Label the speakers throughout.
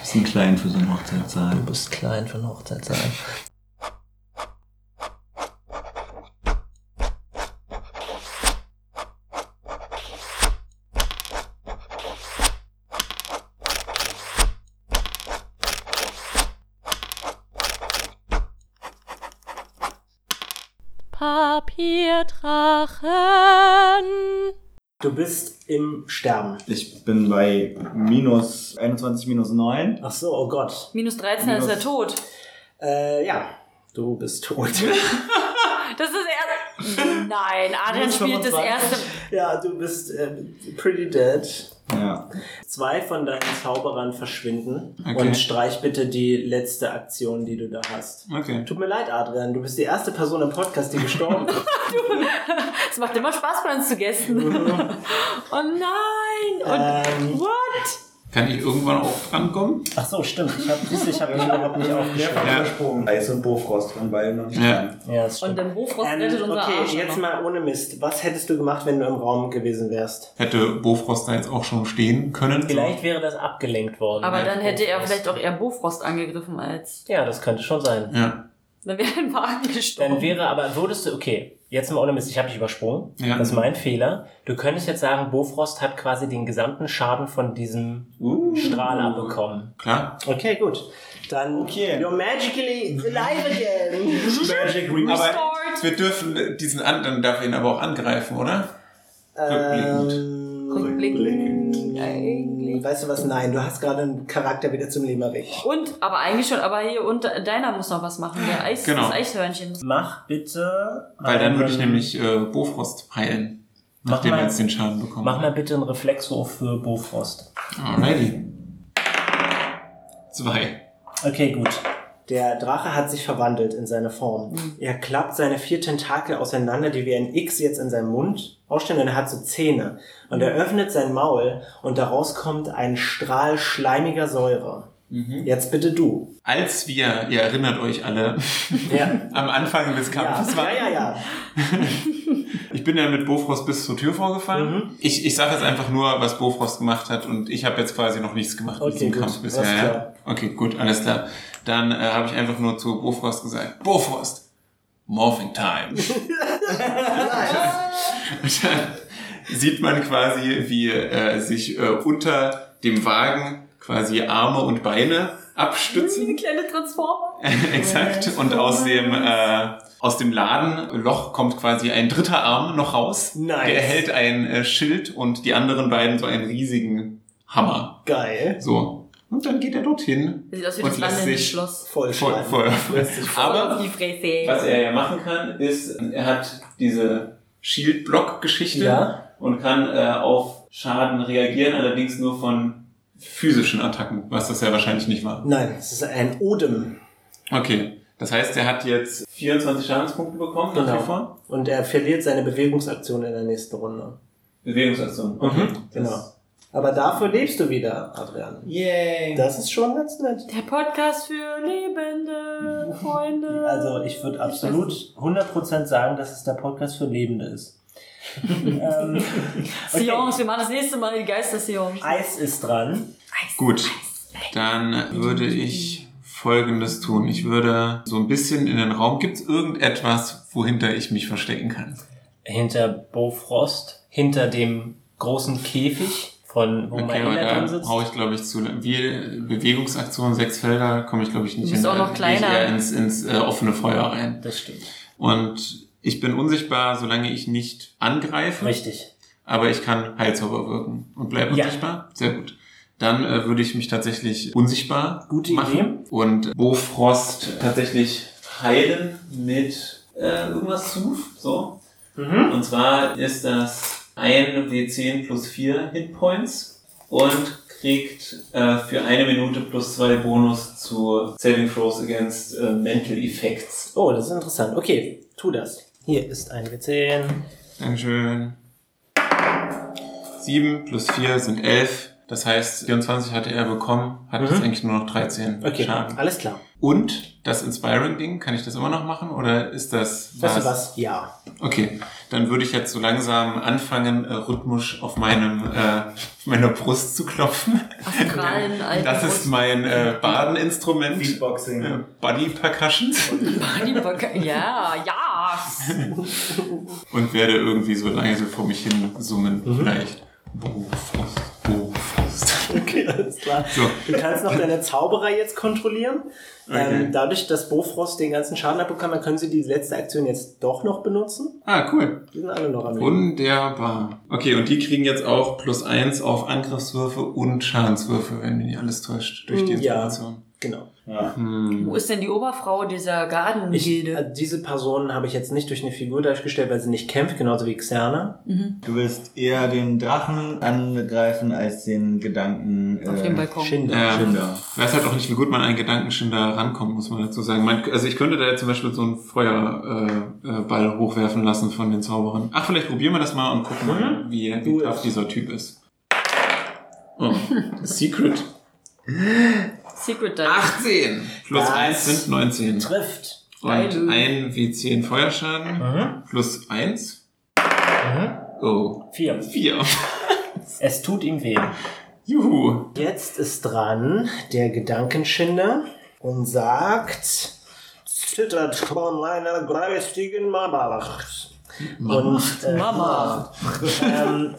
Speaker 1: bisschen klein für so einen Hochzeitssaal.
Speaker 2: Du bist klein für einen Hochzeitssaal.
Speaker 3: Papierdrachen.
Speaker 4: Du bist im Sterben.
Speaker 1: Ich bin bei minus 21, minus 9.
Speaker 4: Ach so, oh Gott.
Speaker 3: Minus 13
Speaker 1: Minus-
Speaker 3: ist er tot.
Speaker 4: Äh, ja, du bist tot.
Speaker 3: Das ist er. Nein, Adrian
Speaker 4: Minus
Speaker 3: spielt das
Speaker 4: 25.
Speaker 3: erste.
Speaker 4: ja, du bist äh, pretty dead.
Speaker 1: Ja.
Speaker 4: Zwei von deinen Zauberern verschwinden
Speaker 1: Okay.
Speaker 4: und streich bitte die letzte Aktion, die du da hast.
Speaker 1: Okay.
Speaker 4: Tut mir leid, Adrian, du bist die erste Person im Podcast, die gestorben ist.
Speaker 3: Es macht immer Spaß, bei uns zu gästen. oh nein! Und
Speaker 4: Ähm.
Speaker 3: what?
Speaker 5: Kann ich irgendwann auch drankommen?
Speaker 4: Ach so, stimmt. Ich habe ich hab mich überhaupt nicht aufgeschrieben.
Speaker 5: Ja.
Speaker 1: Sprung. Eis und Bofrost von beiden noch nicht
Speaker 5: Ja.
Speaker 1: dran.
Speaker 4: Ja, das
Speaker 3: Und
Speaker 4: stimmt.
Speaker 3: der Bofrost
Speaker 4: Ähm,
Speaker 3: rettet unser
Speaker 4: okay,
Speaker 3: Arsch.
Speaker 4: jetzt
Speaker 3: noch.
Speaker 4: mal ohne Mist. Was hättest du gemacht, wenn du im Raum gewesen wärst?
Speaker 5: Hätte Bofrost da jetzt auch schon stehen können?
Speaker 6: Vielleicht wäre das abgelenkt worden.
Speaker 3: Aber dann hätte er vielleicht auch eher Bofrost angegriffen als.
Speaker 6: Ja, das könnte schon sein.
Speaker 5: Ja.
Speaker 3: Dann wäre ein Wagen
Speaker 6: Dann
Speaker 3: gestorben.
Speaker 6: wäre aber, würdest du, okay, jetzt mal ohne Mist, ich habe dich übersprungen.
Speaker 5: Ja.
Speaker 6: Das ist mein Fehler. Du könntest jetzt sagen, Bofrost hat quasi den gesamten Schaden von diesem
Speaker 5: Uh.
Speaker 6: Strahl abbekommen.
Speaker 5: Klar.
Speaker 4: Okay, gut. Dann
Speaker 1: Okay.
Speaker 4: you're magically alive again.
Speaker 1: Magic Ring.
Speaker 5: Aber wir dürfen diesen anderen, darf ihn aber auch angreifen, oder?
Speaker 4: ähm,
Speaker 3: Rückblickend. Eigentlich.
Speaker 4: weißt du was? Nein, du hast gerade einen Charakter wieder zum Leben erweckt.
Speaker 3: Und, aber eigentlich schon, aber hier, und deiner muss noch was machen. Der Eis,
Speaker 5: Genau.
Speaker 3: Das Eichhörnchen muss.
Speaker 6: Mach bitte.
Speaker 5: Weil dann würde ich
Speaker 6: einen-
Speaker 5: nämlich äh, Bofrost heilen.
Speaker 6: Mach
Speaker 5: Nachdem
Speaker 6: mal-
Speaker 5: wir jetzt den Schaden bekommen.
Speaker 6: Mach mal bitte einen Reflexwurf für Bofrost.
Speaker 5: Alrighty. Zwei.
Speaker 6: Okay, gut.
Speaker 4: Der Drache hat sich verwandelt in seine Form. Er klappt seine vier Tentakel auseinander, die wie ein X jetzt in seinem Mund ausstehen, und er hat so Zähne. Und er öffnet sein Maul und daraus kommt ein Strahl schleimiger Säure. Jetzt bitte du.
Speaker 5: Als wir, ihr erinnert euch alle,
Speaker 4: Ja.
Speaker 5: am Anfang des
Speaker 4: Ja,
Speaker 5: Kampfes
Speaker 4: ja,
Speaker 5: waren.
Speaker 4: ja, ja.
Speaker 5: Ich bin ja mit Bofrost bis zur Tür
Speaker 4: Mhm.
Speaker 5: vorgefallen. Ich, ich sage jetzt einfach nur, was Bofrost gemacht hat und ich habe jetzt quasi noch nichts gemacht
Speaker 4: Okay,
Speaker 5: in diesem
Speaker 4: gut.
Speaker 5: Kampf bisher.
Speaker 4: Alles
Speaker 5: Ja?
Speaker 4: klar.
Speaker 5: Okay, gut, alles klar. Dann äh, habe ich einfach nur zu Bofrost gesagt, Bofrost, Morphing Time. Sieht man quasi, wie äh, sich äh, unter dem Wagen quasi Arme und Beine abstützen.
Speaker 3: Eine kleine Transformer.
Speaker 5: Exakt. Und aus dem, äh, aus dem Ladenloch kommt quasi ein dritter Arm noch raus.
Speaker 4: Nice.
Speaker 5: Der hält ein äh, Schild und die anderen beiden so einen riesigen Hammer.
Speaker 4: Geil.
Speaker 5: So. Und dann geht er dorthin.
Speaker 3: Das sieht aus wie
Speaker 5: Und
Speaker 3: das
Speaker 5: lässt sich-
Speaker 3: Landeschloss.
Speaker 4: Voll,
Speaker 5: Voll,
Speaker 4: Schleim.
Speaker 5: voll.
Speaker 4: Lässt sich
Speaker 5: Aber
Speaker 3: Die Fräse.
Speaker 5: was er ja machen kann, ist, er hat diese Shield-Block-Geschichte
Speaker 4: Ja.
Speaker 5: und kann äh, auf Schaden reagieren, allerdings nur von physischen Attacken, was das ja wahrscheinlich nicht war.
Speaker 4: Nein, es ist ein Odem.
Speaker 5: Okay. Das heißt, er hat jetzt 24 Schadenspunkte bekommen
Speaker 4: Genau.
Speaker 5: nach wie vor.
Speaker 4: Und er verliert seine Bewegungsaktion in der nächsten Runde.
Speaker 1: Mhm.
Speaker 5: Bewegungsaktion. Okay.
Speaker 4: Genau. Aber dafür lebst du wieder, Adrian.
Speaker 5: Yay.
Speaker 4: Das ist schon ganz nett.
Speaker 3: Der Podcast für lebende Freunde.
Speaker 6: Also ich würde absolut 100% sagen, dass es der Podcast für Lebende ist. ähm,
Speaker 3: Sions, wir machen das nächste Mal die Geister Sions.
Speaker 4: Ah,
Speaker 6: Eis ist dran.
Speaker 5: Gut. Dann würde ich folgendes tun. Ich würde so ein bisschen in den Raum. Gibt es irgendetwas, wohinter ich mich verstecken kann?
Speaker 6: Hinter Bofrost, hinter dem großen Käfig, von wo
Speaker 5: Okay,
Speaker 6: okay,
Speaker 5: aber
Speaker 6: Maela
Speaker 5: da
Speaker 6: drin sitzt.
Speaker 5: brauche ich, glaube ich, zu lang- wie Bewegungsaktion, sechs Felder, komme ich, glaube ich, nicht
Speaker 3: Du bist
Speaker 5: hin.
Speaker 3: auch noch
Speaker 5: Da gehe ich
Speaker 3: kleiner.
Speaker 5: eher ins, ins äh, offene Feuer rein.
Speaker 6: Das stimmt.
Speaker 5: Und ich bin unsichtbar, solange ich nicht angreife.
Speaker 6: Richtig.
Speaker 5: Aber ich kann Heilzauber wirken und bleibe
Speaker 6: Ja.
Speaker 5: unsichtbar. Sehr gut. Dann äh, würde ich mich tatsächlich unsichtbar
Speaker 6: Gute
Speaker 5: machen
Speaker 6: Idee.
Speaker 5: und Bofrost tatsächlich heilen mit äh, irgendwas zu. So.
Speaker 6: Mhm.
Speaker 5: Und zwar ist das ein W10 plus 4 Hitpoints und kriegt äh, für eine Minute plus zwei Bonus zu Saving Throws against äh, Mental Effects.
Speaker 4: Oh, das ist interessant. Okay, tu das. Hier ist ein W10.
Speaker 5: Dankeschön. 7 plus 4 sind 11. Das heißt, 24 hatte er bekommen, hat jetzt eigentlich nur noch 13
Speaker 4: Mhm. Okay,
Speaker 5: Schaden.
Speaker 4: alles klar.
Speaker 5: Und das Inspiring-Ding, kann ich das immer noch machen oder ist das
Speaker 4: Weißt du was? Ja.
Speaker 5: Okay, dann würde ich jetzt so langsam anfangen, äh, rhythmisch auf meinem äh, auf meiner Brust zu klopfen.
Speaker 3: Astralen alten
Speaker 5: das ist
Speaker 3: Brust.
Speaker 5: mein äh, Badeninstrument.
Speaker 1: Beatboxing.
Speaker 5: Äh, Body Percussions.
Speaker 3: Bodybucker. Ja, ja.
Speaker 5: Und werde irgendwie so leise vor mich hin summen.
Speaker 4: Mhm.
Speaker 5: Vielleicht. Bofrost, Bofrost.
Speaker 4: Okay, alles klar.
Speaker 5: So.
Speaker 4: Du kannst noch deine Zauberer jetzt kontrollieren.
Speaker 5: Okay.
Speaker 4: Ähm, dadurch, dass Bofrost den ganzen Schaden abbekommen hat, können sie die letzte Aktion jetzt doch noch benutzen.
Speaker 5: Ah, cool.
Speaker 4: Die sind alle noch am Leben.
Speaker 5: Wunderbar. Okay, und die kriegen jetzt auch plus eins auf Angriffswürfe und Schadenswürfe, wenn mich nicht alles täuscht, durch die
Speaker 4: Mm, ja.
Speaker 5: Inspiration.
Speaker 4: Genau.
Speaker 1: Ja.
Speaker 5: Hm.
Speaker 3: Wo ist denn die Oberfrau dieser
Speaker 4: Ich,
Speaker 3: Garden-Gilde?
Speaker 4: äh, diese Personen habe ich jetzt nicht durch eine Figur dargestellt, weil sie nicht kämpft, genauso wie Xerna.
Speaker 3: Mhm,
Speaker 1: Du willst eher den Drachen angreifen als den Gedanken.
Speaker 3: auf
Speaker 1: äh,
Speaker 3: dem Balkon.
Speaker 4: Schinder.
Speaker 5: Ja.
Speaker 1: Schinder.
Speaker 5: Weiß halt auch nicht, wie gut man an Gedankenschinder rankommt, muss man dazu sagen. Man, also ich könnte da jetzt zum Beispiel so einen Feuerball äh, Ball hochwerfen lassen von den Zauberern. Ach, vielleicht probieren wir das mal und gucken mal,
Speaker 4: Mhm.
Speaker 5: wie, wie
Speaker 4: Cool.
Speaker 5: tough dieser Typ ist. Oh. Secret.
Speaker 3: Secret Dive.
Speaker 5: 18 plus
Speaker 4: Das
Speaker 5: 1 sind 19.
Speaker 4: Trifft.
Speaker 5: Und
Speaker 3: Geil.
Speaker 5: ein W10 Feuerschaden
Speaker 6: Mhm.
Speaker 5: plus 1.
Speaker 6: Mhm.
Speaker 5: Oh.
Speaker 6: Vier.
Speaker 5: 4.
Speaker 6: Es tut ihm weh.
Speaker 5: Juhu.
Speaker 4: Jetzt ist dran der Gedankenschinder und sagt, zittert von meiner geistigen Macht. Und, äh,
Speaker 3: Mama.
Speaker 4: ähm,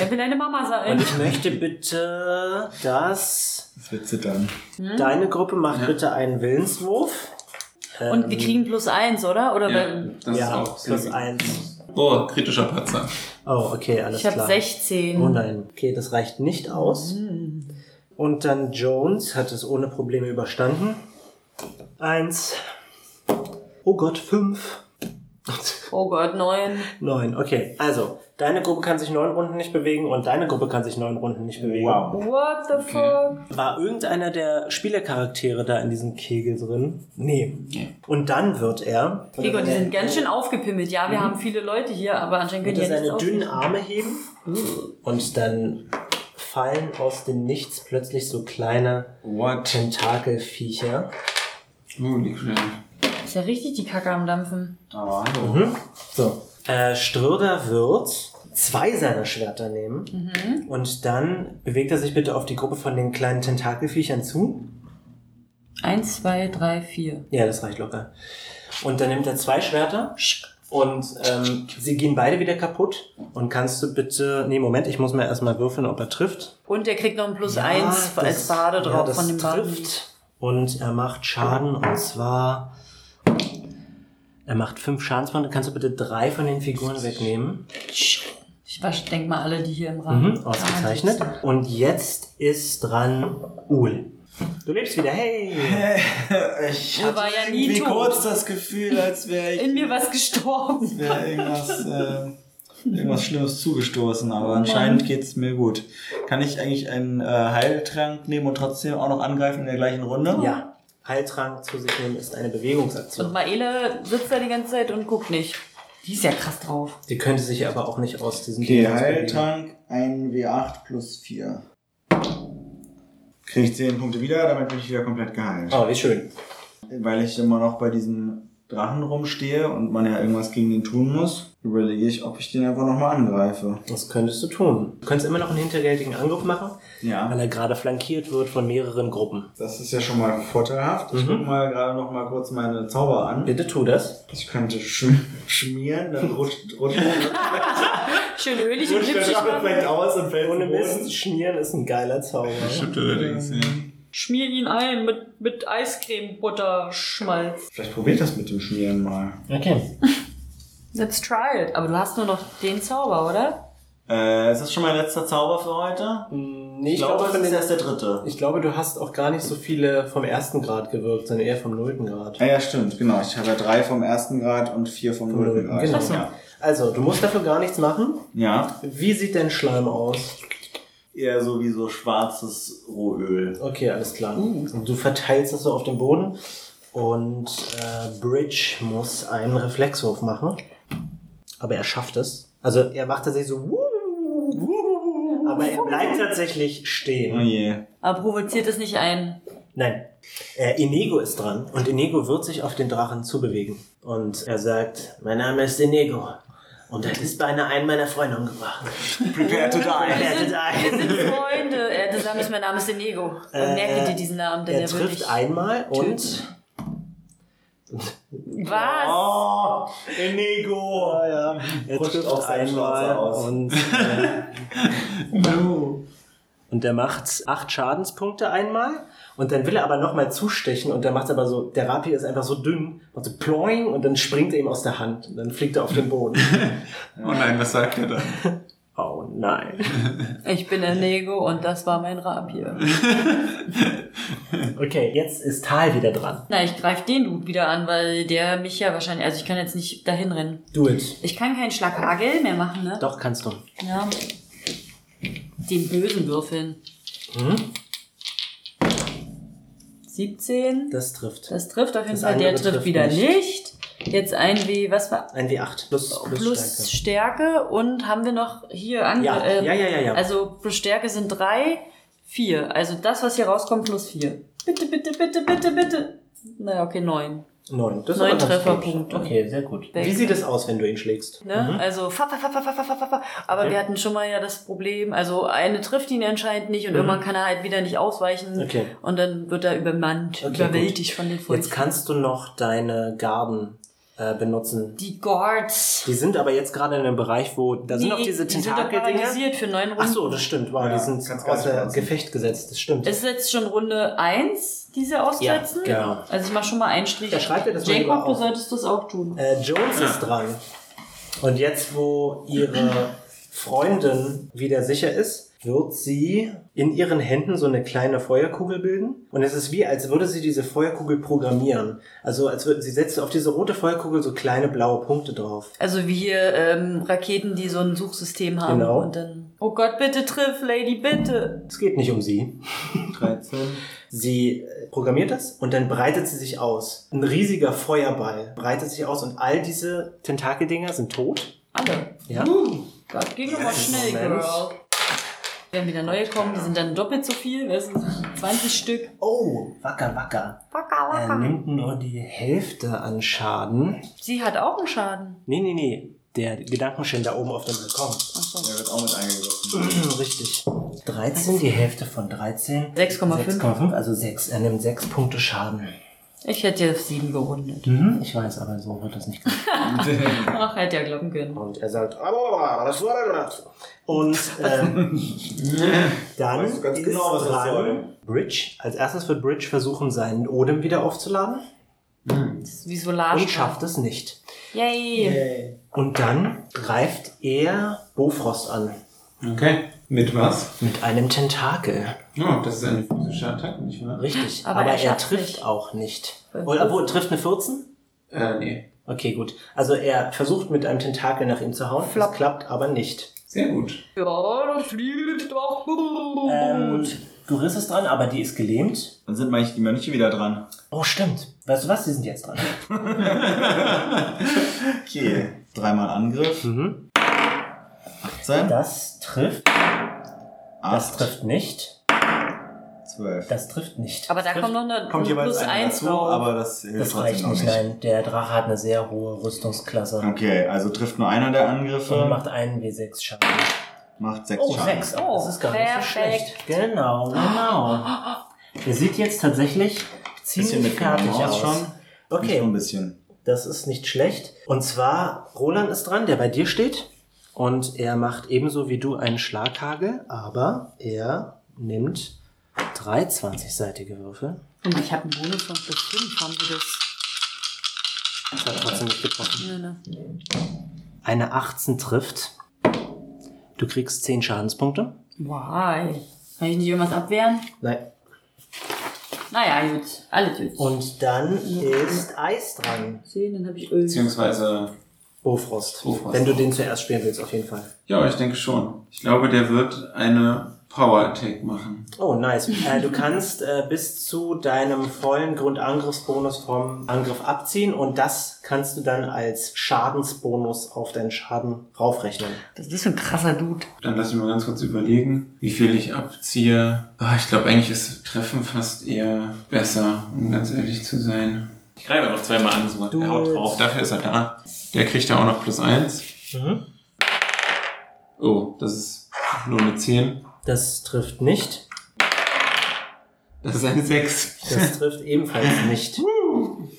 Speaker 3: Er will eine Mama
Speaker 4: und
Speaker 3: sein.
Speaker 4: ich möchte bitte, dass
Speaker 1: Das wird zittern.
Speaker 4: deine Gruppe macht bitte einen Willenswurf.
Speaker 3: Und die kriegen plus eins, oder? Oder
Speaker 5: Ja,
Speaker 3: weil-
Speaker 5: das ist
Speaker 4: ja,
Speaker 5: auch
Speaker 4: plus eins.
Speaker 5: Oh, kritischer Patzer.
Speaker 4: Oh, okay, alles
Speaker 3: ich habe
Speaker 4: klar.
Speaker 3: 16.
Speaker 4: Oh nein, okay, das reicht nicht aus. Und dann Jones hat es ohne Probleme überstanden. Eins. Oh Gott, fünf.
Speaker 3: Oh Gott, neun.
Speaker 4: Neun, okay. Also, deine Gruppe kann sich neun Runden nicht bewegen und deine Gruppe kann sich neun Runden nicht bewegen.
Speaker 1: Wow.
Speaker 3: What the fuck?
Speaker 4: War irgendeiner der Spielercharaktere da in diesem Kegel drin? Nee. Und dann wird er.
Speaker 3: Gregor, die sind ganz schön aufgepimmelt. Ja, wir haben viele Leute hier, aber anscheinend könnt
Speaker 4: Wird er
Speaker 3: ihr nichts
Speaker 4: seine dünnen
Speaker 3: aufnehmen.
Speaker 4: Arme heben und dann fallen aus dem Nichts plötzlich so kleine
Speaker 5: What?
Speaker 4: Tentakelviecher.
Speaker 5: Holy crap.
Speaker 3: Ist ja richtig die Kacke am Dampfen.
Speaker 1: Aber hallo.
Speaker 4: So. Äh, Ströder wird zwei seiner Schwerter nehmen und dann bewegt er sich bitte auf die Gruppe von den kleinen Tentakelviechern zu.
Speaker 3: Eins, zwei, drei, vier.
Speaker 4: Ja, das reicht locker. Und dann nimmt er zwei Schwerter und ähm, sie gehen beide wieder kaputt. Und kannst du bitte. Nee, Moment, ich muss mir erstmal würfeln, ob er trifft.
Speaker 3: Und der kriegt noch ein Plus eins
Speaker 4: Ah,
Speaker 3: als
Speaker 4: das-
Speaker 3: Bade
Speaker 4: ja,
Speaker 3: drauf
Speaker 4: das
Speaker 3: von dem Baden.
Speaker 4: trifft. Und er macht Schaden und zwar. Er macht fünf Schadenspunkte. Kannst du bitte drei von den Figuren wegnehmen?
Speaker 3: Ich wasch, denk mal alle, die hier im Rahmen
Speaker 4: Mhm, ausgezeichnet. Und jetzt ist dran Ul. Du lebst wieder, hey!
Speaker 1: Ich
Speaker 3: Er
Speaker 1: hatte
Speaker 3: war ja nie
Speaker 1: irgendwie
Speaker 3: tot.
Speaker 1: kurz das Gefühl, als wäre ich
Speaker 3: In mir was gestorben.
Speaker 1: wäre irgendwas, äh, irgendwas Schlimmes zugestoßen, aber anscheinend geht's mir gut. Kann ich eigentlich einen äh, Heiltrank nehmen und trotzdem auch noch angreifen in der gleichen Runde?
Speaker 4: Ja, Heiltrank zu sich nehmen ist eine
Speaker 3: Und
Speaker 4: Bewegungsaktion.
Speaker 3: Maele sitzt da die ganze Zeit und guckt nicht. Die ist ja krass drauf.
Speaker 4: Sie könnte sich aber auch nicht aus diesem
Speaker 1: Okay,
Speaker 4: Ding bewegen.
Speaker 1: Heiltrank, ein W8 plus 4. Krieg ich 10 Punkte wieder, damit bin ich wieder komplett geheilt.
Speaker 4: Oh, wie schön.
Speaker 1: Weil ich immer noch bei diesem Drachen rumstehe und man ja irgendwas gegen den tun muss, überlege ich, ob ich den einfach nochmal angreife.
Speaker 4: Das könntest du tun. Du könntest immer noch einen hintergältigen Angriff machen, weil
Speaker 1: Ja.
Speaker 4: er gerade flankiert wird von mehreren Gruppen.
Speaker 1: Das ist ja schon mal vorteilhaft. Ich
Speaker 4: Mhm.
Speaker 1: guck mal gerade noch mal kurz meine Zauber an.
Speaker 4: Bitte tu das.
Speaker 1: Ich könnte schm schmieren, dann rutscht, rutscht, rutscht
Speaker 3: Schön ölig und
Speaker 1: der
Speaker 3: glitschig.
Speaker 1: Drache
Speaker 3: machen.
Speaker 1: vielleicht aus und fällt
Speaker 4: Ohne
Speaker 1: zu Boden.
Speaker 4: Mist, schmieren ist ein geiler Zauber.
Speaker 5: Stimmt allerdings, ja.
Speaker 3: Schmier ihn ein mit, mit Eiscreme, Butter, Schmalz.
Speaker 1: Vielleicht probiert das mit dem Schmieren mal.
Speaker 6: Okay.
Speaker 3: Let's try it. Aber du hast nur noch den Zauber, oder?
Speaker 1: Äh, ist das schon mein letzter Zauber für heute?
Speaker 4: Nee,
Speaker 1: Ich, glaube,
Speaker 4: von
Speaker 1: das ist
Speaker 4: den-
Speaker 1: erst der dritte.
Speaker 4: ich glaube, du hast auch gar nicht so viele vom ersten Grad gewirkt, sondern eher vom nullten Grad.
Speaker 1: Ja, ja, stimmt, genau. Ich habe ja drei vom ersten Grad und vier vom nullten Grad.
Speaker 4: Genau.
Speaker 1: Ja.
Speaker 4: Also, du musst dafür gar nichts machen.
Speaker 1: ja,
Speaker 4: Wie sieht denn Schleim aus?
Speaker 1: eher so wie so schwarzes Rohöl.
Speaker 4: Okay, alles klar. Und du verteilst das so auf dem Boden und äh, Bridge muss einen Reflexwurf machen. Aber er schafft es. Also er macht tatsächlich so wuh, wuh, wuh, wuh, wuh, wuh, aber aber er bleibt tatsächlich
Speaker 1: Oh
Speaker 4: stehen.
Speaker 1: je.
Speaker 3: Aber provoziert es nicht ein.
Speaker 4: Nein. Äh, Inigo ist dran und Inigo wird sich auf den Drachen zubewegen. Und er sagt, mein Name ist Inigo und er ist beinahe einen meiner Freunde umgebracht.
Speaker 1: Prepare to die.
Speaker 4: Er
Speaker 3: Wir
Speaker 4: hätte
Speaker 3: sind,
Speaker 4: da-
Speaker 3: wir sind Freunde. Er hat gesagt, mein Name ist Denego. Äh, Merke dir diesen Namen, denn
Speaker 4: Er
Speaker 3: er wird
Speaker 4: trifft
Speaker 3: dich...
Speaker 4: einmal und...
Speaker 3: töten. Was?
Speaker 1: Oh, Inigo.
Speaker 4: Ah, ja. Er
Speaker 5: Rutscht
Speaker 4: trifft
Speaker 5: auf seinen
Speaker 4: einmal
Speaker 5: Schnauzer aus.
Speaker 4: und, äh, und er macht acht Schadenspunkte einmal und dann will er aber nochmal zustechen und dann macht aber so, der Rapier ist einfach so dünn, macht so ploing und dann springt er ihm aus der Hand und dann fliegt er auf den Boden.
Speaker 1: Oh nein, was sagt er da?
Speaker 4: oh nein.
Speaker 3: Ich bin Denego und das war mein Rapier.
Speaker 4: Okay, jetzt ist Tal wieder dran.
Speaker 3: Na, ich greife den Dude wieder an, weil der mich ja wahrscheinlich... Also ich kann jetzt nicht dahin rennen.
Speaker 4: Do it.
Speaker 3: Ich kann keinen Schlaghagel mehr machen, ne?
Speaker 4: Doch, kannst du.
Speaker 3: Ja. Den bösen Würfeln.
Speaker 4: Hm?
Speaker 3: 17.
Speaker 4: Das trifft.
Speaker 3: Das trifft auf jeden
Speaker 4: Das
Speaker 3: Fall. Der
Speaker 4: andere
Speaker 3: trifft
Speaker 4: trifft
Speaker 3: wieder nicht.
Speaker 4: nicht.
Speaker 3: Jetzt ein W, was war?
Speaker 4: Ein W8 plus, plus,
Speaker 3: Plus
Speaker 4: Stärke.
Speaker 3: Stärke. und haben wir noch hier ange...
Speaker 4: Ja,
Speaker 3: ähm,
Speaker 4: ja, ja, ja, ja.
Speaker 3: Also plus Stärke sind 3, 4. Also das, was hier rauskommt, plus 4. Bitte, bitte, bitte, bitte, bitte. Naja, okay, 9.
Speaker 4: Neun. Das ist
Speaker 3: Neun
Speaker 4: aber ganz
Speaker 3: Trefferpunkte.
Speaker 4: gut. Okay, sehr gut.
Speaker 3: Weg.
Speaker 4: Wie sieht es aus, wenn du ihn schlägst?
Speaker 3: Ne? Also, fa, fa, fa, fa, fa, fa, fa, fa, fa. aber
Speaker 4: Okay.
Speaker 3: wir hatten schon mal ja das Problem, also eine trifft ihn anscheinend nicht und irgendwann kann er halt wieder nicht ausweichen
Speaker 4: Mhm. Okay.
Speaker 3: und dann wird er übermannt,
Speaker 4: Okay,
Speaker 3: überwältigt von den Furchen.
Speaker 4: Jetzt kannst du noch deine Garden äh, benutzen.
Speaker 3: die Guards.
Speaker 4: Die sind aber jetzt gerade in einem Bereich, wo da sind auch diese
Speaker 3: die sind doch
Speaker 4: Tentakel-Dinger.
Speaker 3: paralysiert für neun Runden.
Speaker 4: Ach so, das stimmt. Wow,
Speaker 1: Ja,
Speaker 4: die sind
Speaker 1: kannst gar nicht
Speaker 4: außer
Speaker 1: benutzen.
Speaker 4: Gefecht gesetzt. Das stimmt.
Speaker 3: Es ist jetzt schon Runde 1, diese aussetzen.
Speaker 4: Ja, genau.
Speaker 3: Also ich mache schon mal einen Strich.
Speaker 4: Ja, schreib dir das mal lieber
Speaker 3: Jacob, du
Speaker 4: auf.
Speaker 3: solltest das auch tun.
Speaker 4: Äh, Jones ist dran. Und jetzt, wo ihre Freundin wieder sicher ist, wird sie in ihren Händen so eine kleine Feuerkugel bilden. Und es ist wie, als würde sie diese Feuerkugel programmieren. Also als würde sie setzt auf diese rote Feuerkugel so kleine blaue Punkte drauf.
Speaker 3: Also wie hier ähm, Raketen, die so ein Suchsystem haben.
Speaker 4: Genau.
Speaker 3: Und dann, oh Gott, bitte triff, Lady, bitte.
Speaker 4: Es geht nicht um sie.
Speaker 1: 13.
Speaker 4: Sie äh, programmiert das und dann breitet sie sich aus. Ein riesiger Feuerball breitet sich aus und all diese Tentakeldinger sind tot.
Speaker 3: Alle.
Speaker 4: Ja.
Speaker 3: Gott, ging doch mal schnell,
Speaker 4: Moment.
Speaker 3: Girl. Wenn wieder neue kommen, die sind dann doppelt so viel, weißt du, 20 Stück.
Speaker 4: Oh, wacker, wacker.
Speaker 3: Wacker,
Speaker 4: Er
Speaker 3: wacker.
Speaker 4: nimmt nur die Hälfte an Schaden.
Speaker 3: Sie hat auch einen Schaden.
Speaker 4: Nee, nee, nee. Der Gedankenschänder da oben auf dem Balkon.
Speaker 1: Der wird auch mit eingegriffen.
Speaker 4: Richtig. 13, die Hälfte von 13.
Speaker 3: 6,5.
Speaker 4: 6,5, also 6. Er nimmt 6 Punkte Schaden.
Speaker 3: Ich hätte ja auf 7 gerundet.
Speaker 4: Mhm, ich weiß, aber so wird das nicht gemacht.
Speaker 3: Ach, hätte ja glauben können.
Speaker 4: Und er sagt, "Aua, das war der Grat." und ähm, dann
Speaker 1: Weißt du ganz
Speaker 4: ist
Speaker 1: genau, was das
Speaker 4: dran
Speaker 1: soll.
Speaker 4: Bridge. Als erstes wird Bridge versuchen, seinen Odem wieder aufzuladen
Speaker 3: Das ist wie Solarstrahl.
Speaker 4: und schafft es nicht.
Speaker 3: Yay.
Speaker 4: Und dann greift er Bofrost an
Speaker 5: Okay. Mit was?
Speaker 4: mit einem Tentakel.
Speaker 5: Ja, das ist eine physische Attacke, nicht wahr?
Speaker 4: Richtig,
Speaker 3: Aber
Speaker 4: aber,
Speaker 3: er
Speaker 4: er,
Speaker 3: schafft's
Speaker 4: trifft
Speaker 3: nicht.
Speaker 4: auch nicht.
Speaker 3: Weil-
Speaker 4: Oder obwohl, trifft eine 14?
Speaker 5: Äh, nee.
Speaker 4: Okay, gut. Also er versucht mit einem Tentakel nach ihm zu hauen,
Speaker 3: Flop.
Speaker 4: das klappt aber nicht.
Speaker 5: Sehr gut.
Speaker 3: Ja, das fliegt doch.
Speaker 4: Ähm, Goris ist dran, aber die ist gelähmt.
Speaker 1: Dann sind manche die Mönche wieder dran.
Speaker 4: Oh, stimmt. Weißt du was? Die sind jetzt dran.
Speaker 1: Okay. Dreimal Angriff.
Speaker 4: Mhm.
Speaker 1: 18.
Speaker 4: Das trifft. Das
Speaker 1: 8.
Speaker 4: trifft nicht.
Speaker 1: 12.
Speaker 4: Das trifft nicht.
Speaker 3: Aber da
Speaker 4: trifft,
Speaker 3: kommt noch eine
Speaker 1: Kommt jeweils
Speaker 3: Also plus
Speaker 1: einer
Speaker 3: eins
Speaker 1: dazu,
Speaker 3: drauf.
Speaker 1: aber das hilft
Speaker 4: Das reicht
Speaker 1: trotzdem noch
Speaker 4: nicht.
Speaker 1: nicht.
Speaker 4: Nein, der Drache hat eine sehr hohe Rüstungsklasse.
Speaker 1: Okay, also trifft nur einer der
Speaker 4: Und
Speaker 1: Angriffe,
Speaker 4: macht einen W6 Schaden.
Speaker 1: macht 6
Speaker 4: Oh,
Speaker 1: Schaden.
Speaker 4: sechs. Oh, das ist gar nicht so
Speaker 3: perfekt.
Speaker 4: schlecht. Genau, genau. Der sieht jetzt tatsächlich
Speaker 1: Bisschen
Speaker 4: ziemlich
Speaker 1: mit
Speaker 4: fertig
Speaker 1: Knorren
Speaker 4: aus.
Speaker 1: schon. Nicht nur ein
Speaker 4: Okay,
Speaker 1: bisschen.
Speaker 4: das ist nicht schlecht. Und zwar, Roland ist dran, der bei dir steht. Und er macht ebenso wie du einen Schlaghagel, aber er nimmt drei 20-seitige Würfel.
Speaker 3: Und ich habe einen Bonus von plus 5, haben wir das?
Speaker 4: Das hat trotzdem nicht getroffen.
Speaker 3: Nö, ne.
Speaker 4: Eine 18 trifft. Du kriegst 10 Schadenspunkte.
Speaker 3: Why? Kann ich nicht irgendwas abwehren?
Speaker 4: Nein.
Speaker 3: Naja, gut. Alles gut.
Speaker 4: Und dann ist Eis dran.
Speaker 3: 10, dann habe ich 11.
Speaker 5: Beziehungsweise,
Speaker 4: Bofrost.
Speaker 5: Bofrost.
Speaker 4: Wenn du den zuerst spielen willst, auf jeden Fall.
Speaker 5: ja, ich denke schon. Ich glaube, der wird eine Power Attack machen.
Speaker 4: Oh, nice. Äh, du kannst äh, bis zu deinem vollen Grundangriffsbonus vom Angriff abziehen und das kannst du dann als Schadensbonus auf deinen Schaden raufrechnen.
Speaker 3: Das ist so ein krasser Dude.
Speaker 5: Dann lass mich mal ganz kurz überlegen, wie viel ich abziehe. Ah, ich glaube, eigentlich ist Treffen fast eher besser, um ganz ehrlich zu sein. Ich greife einfach zweimal an, so
Speaker 4: Du
Speaker 5: er haut
Speaker 4: willst-
Speaker 5: drauf. Dafür ist er da. Der kriegt ja auch noch plus eins. Oh, das ist nur eine 10.
Speaker 4: Das trifft nicht.
Speaker 5: Das ist eine 6.
Speaker 4: Das trifft ebenfalls nicht.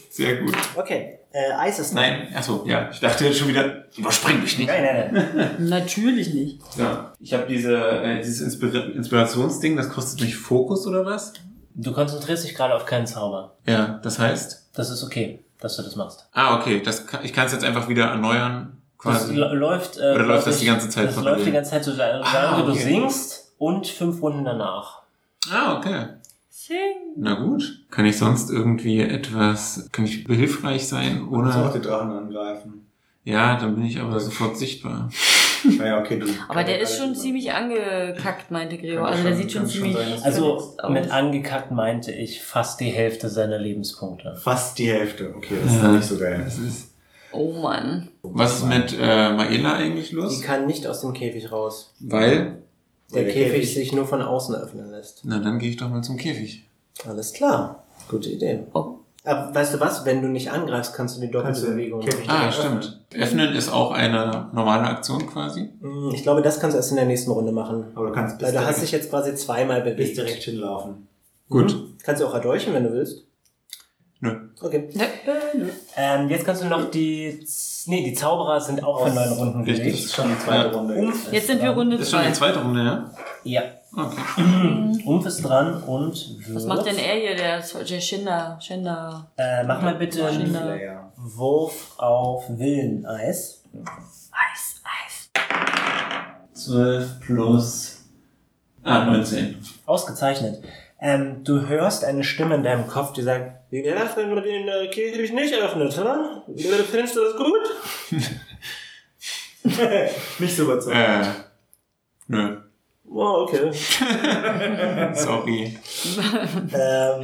Speaker 5: Sehr gut.
Speaker 4: Okay, äh, Eis ist
Speaker 5: Nein, achso, ja. Ich dachte jetzt schon wieder, überspring mich nicht.
Speaker 4: Nein, nein, nein.
Speaker 3: Natürlich nicht.
Speaker 5: Ja. Ich habe diese, äh, dieses Inspira Inspirationsding, das kostet mich Fokus oder was?
Speaker 6: Du konzentrierst dich gerade auf keinen Zauber.
Speaker 5: Ja, das heißt.
Speaker 6: Das ist okay, dass du das machst.
Speaker 5: Ah, okay, das kann, ich kann es jetzt einfach wieder erneuern.
Speaker 6: Das
Speaker 5: Quasi.
Speaker 6: lä- läuft, äh,
Speaker 5: Also, Oder läuft
Speaker 6: glaub
Speaker 5: das
Speaker 6: ich-
Speaker 5: die ganze Zeit
Speaker 6: Das
Speaker 5: parallel?
Speaker 6: läuft die ganze Zeit so, solange
Speaker 5: Ah,
Speaker 6: du
Speaker 5: okay.
Speaker 6: singst und fünf Runden danach.
Speaker 5: Ah, okay.
Speaker 3: Sing.
Speaker 5: Na gut. Kann ich sonst irgendwie etwas, kann ich behilfreich sein?
Speaker 1: Oder auch
Speaker 5: Oder?
Speaker 1: die Drachen angreifen.
Speaker 5: Ja, dann bin ich aber sofort sichtbar.
Speaker 1: Naja, okay, du. halt
Speaker 3: Aber der ist schon ziemlich angekackt, meinte Gregor. Also der sieht schon ziemlich.
Speaker 6: Also
Speaker 3: verletzt aus.
Speaker 6: mit angekackt meinte ich fast die Hälfte seiner Lebenspunkte.
Speaker 1: Fast die Hälfte. Okay, das ist
Speaker 5: Ja.
Speaker 1: nicht so geil.
Speaker 5: Das ist,
Speaker 3: Oh Mann.
Speaker 5: was ist mit äh, Maela eigentlich
Speaker 4: Die
Speaker 5: los?
Speaker 4: kann nicht aus dem Käfig raus.
Speaker 5: Weil?
Speaker 4: Der,
Speaker 1: Der
Speaker 4: Käfig,
Speaker 1: Käfig-
Speaker 4: sich nur von außen öffnen lässt.
Speaker 5: Na, dann gehe ich doch mal zum Käfig.
Speaker 4: Alles klar. Gute Idee.
Speaker 3: Oh.
Speaker 4: Aber weißt du was? Wenn du nicht angreifst, kannst du die
Speaker 1: Kannst du-
Speaker 4: Doppelbewegung
Speaker 1: Käfig-
Speaker 4: machen.
Speaker 5: Ah, stimmt. Öffnen Mhm. ist auch eine normale Aktion quasi.
Speaker 4: Hm, Ich glaube, das kannst du erst in der nächsten Runde machen.
Speaker 1: Aber du kannst bis
Speaker 4: Weil du hast dich
Speaker 1: direkt,
Speaker 4: jetzt quasi zweimal
Speaker 1: bis
Speaker 4: bewegt.
Speaker 1: direkt hinlaufen.
Speaker 5: Gut.
Speaker 4: Kannst du auch erdolchen, wenn du willst.
Speaker 5: Nö.
Speaker 4: Okay.
Speaker 3: Ne.
Speaker 6: Ähm, jetzt kannst du noch die... Z- Nee, die Zauberer sind auch für neun Runden
Speaker 5: Richtig.
Speaker 1: Das
Speaker 6: belegt.
Speaker 1: ist schon die zweite
Speaker 5: Ja.
Speaker 1: Runde.
Speaker 6: Umf
Speaker 3: Jetzt sind wir Runde
Speaker 5: Das ist schon
Speaker 3: 2.
Speaker 5: die zweite Runde, ja?
Speaker 6: Ja.
Speaker 5: Okay.
Speaker 6: Umf ist dran und wird,
Speaker 3: Was macht denn er hier, der, der Schinder? Schinder.
Speaker 6: Äh, mach mal bitte einen
Speaker 3: Genau.
Speaker 1: Slayer.
Speaker 6: Wurf auf Willen-Eis.
Speaker 3: Eis, Eis.
Speaker 5: 12 plus. Ah, 19.
Speaker 6: Ausgezeichnet. Ähm, du hörst eine Stimme in deinem Kopf, die sagt,
Speaker 4: Die Lehrerin wird in der Käfig nicht öffnet, oder? Findest du das gut?
Speaker 1: Nicht so überzeugt.
Speaker 5: Äh. Nö.
Speaker 4: Oh, okay.
Speaker 5: Sorry.
Speaker 4: ähm,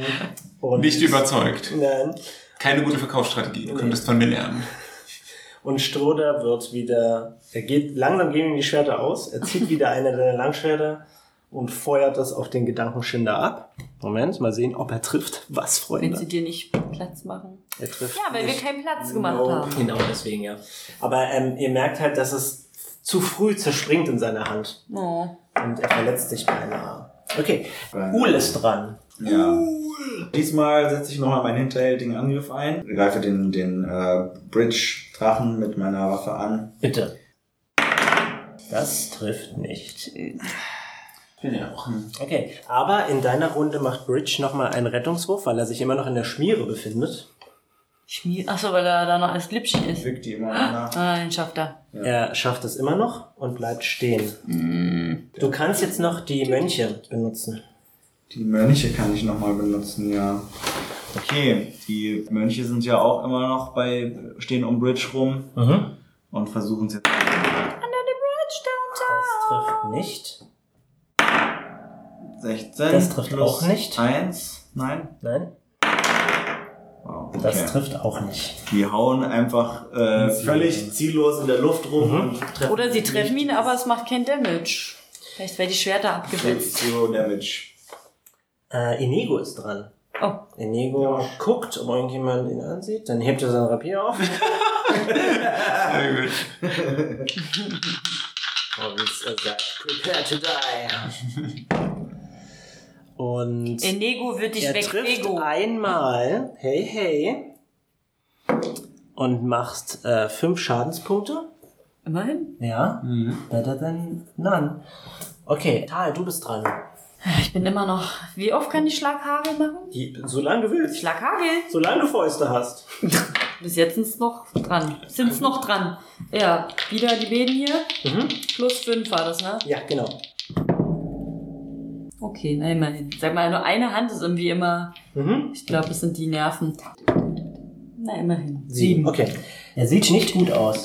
Speaker 4: und
Speaker 5: Nicht überzeugt.
Speaker 4: Nein.
Speaker 5: Keine gute Verkaufsstrategie. Du könntest von mir lernen.
Speaker 4: Und Stroder wird wieder. Er geht langsam gegen ihn die Schwerter aus. Er zieht wieder eine der Langschwerter und feuert das auf den Gedankenschinder ab. Moment, mal sehen, ob er trifft. Was,
Speaker 3: Wenn
Speaker 4: Freunde?
Speaker 3: sie dir nicht Platz machen.
Speaker 4: Er trifft.
Speaker 3: Ja, weil wir keinen Platz gemacht
Speaker 4: Genau,
Speaker 3: haben.
Speaker 4: Genau, deswegen, ja. Aber ähm, ihr merkt halt, dass es zu früh zerspringt in seiner Hand.
Speaker 3: Oh.
Speaker 4: Und er verletzt sich beinahe. Okay,
Speaker 1: Beinahe.
Speaker 4: Uhl ist dran.
Speaker 1: Äh, Ja. Diesmal setze ich nochmal meinen hinterhältigen Angriff ein. Greife den, den äh, Bridge-Drachen mit meiner Waffe an.
Speaker 6: bitte. Das trifft nicht.
Speaker 5: Ich bin ja auch ein.
Speaker 4: Okay, aber in deiner Runde macht Bridge nochmal einen Rettungswurf, weil er sich immer noch in der Schmiere befindet.
Speaker 3: Schmier. Achso, weil er da noch alles glitschig ist.
Speaker 1: Wirkt die immer nach.
Speaker 3: Ah, den schafft er.
Speaker 4: Er schafft es immer noch und bleibt stehen. Du kannst jetzt noch die Mönche benutzen.
Speaker 1: Die Mönche kann ich nochmal benutzen, ja. Okay, die Mönche sind ja auch immer noch bei, stehen um Bridge rum
Speaker 6: Mhm.
Speaker 1: und versuchen es jetzt.
Speaker 6: Das trifft nicht.
Speaker 1: 16.
Speaker 6: Das trifft
Speaker 1: plus
Speaker 6: auch nicht.
Speaker 1: 1. Nein.
Speaker 6: Nein,
Speaker 1: Wow,
Speaker 6: das
Speaker 1: okay.
Speaker 6: trifft auch nicht.
Speaker 1: Die hauen einfach äh, völlig ziellos in der Luft rum
Speaker 6: Mhm.
Speaker 1: und treffen.
Speaker 3: Oder sie treffen ihn, aber es macht kein Damage. Vielleicht wäre die Schwerter abgeblitzt.
Speaker 1: Zero Damage.
Speaker 4: Äh, Inigo ist dran.
Speaker 3: Oh.
Speaker 4: Inigo guckt, ob irgendjemand ihn ansieht. Dann hebt er sein Rapier auf.
Speaker 5: Sehr gut.
Speaker 4: Und er sagt, prepare to die. Und
Speaker 3: Enego wird dich
Speaker 4: er
Speaker 3: weg.
Speaker 4: trifft
Speaker 3: Ego.
Speaker 4: einmal, hey, hey, und macht äh, fünf Schadenspunkte.
Speaker 3: Immerhin.
Speaker 4: Ja, better than none. Okay, Tal, du bist dran.
Speaker 3: Ich bin immer noch. Wie oft kann ich Schlaghagel machen?
Speaker 4: Die, solange du willst.
Speaker 3: Schlaghagel.
Speaker 4: Solange du Fäuste hast.
Speaker 3: Bis jetzt sind's noch dran. Sind's noch dran. Ja, wieder die Bäden hier.
Speaker 4: Mhm.
Speaker 3: Plus 5 war das, ne?
Speaker 4: Ja, genau.
Speaker 3: Okay, na immerhin. Sag mal, nur eine Hand ist irgendwie immer.
Speaker 4: Mhm.
Speaker 3: Ich glaube, es sind die Nerven. Na, immerhin.
Speaker 4: Sieben. Okay. Er sieht nicht gut aus.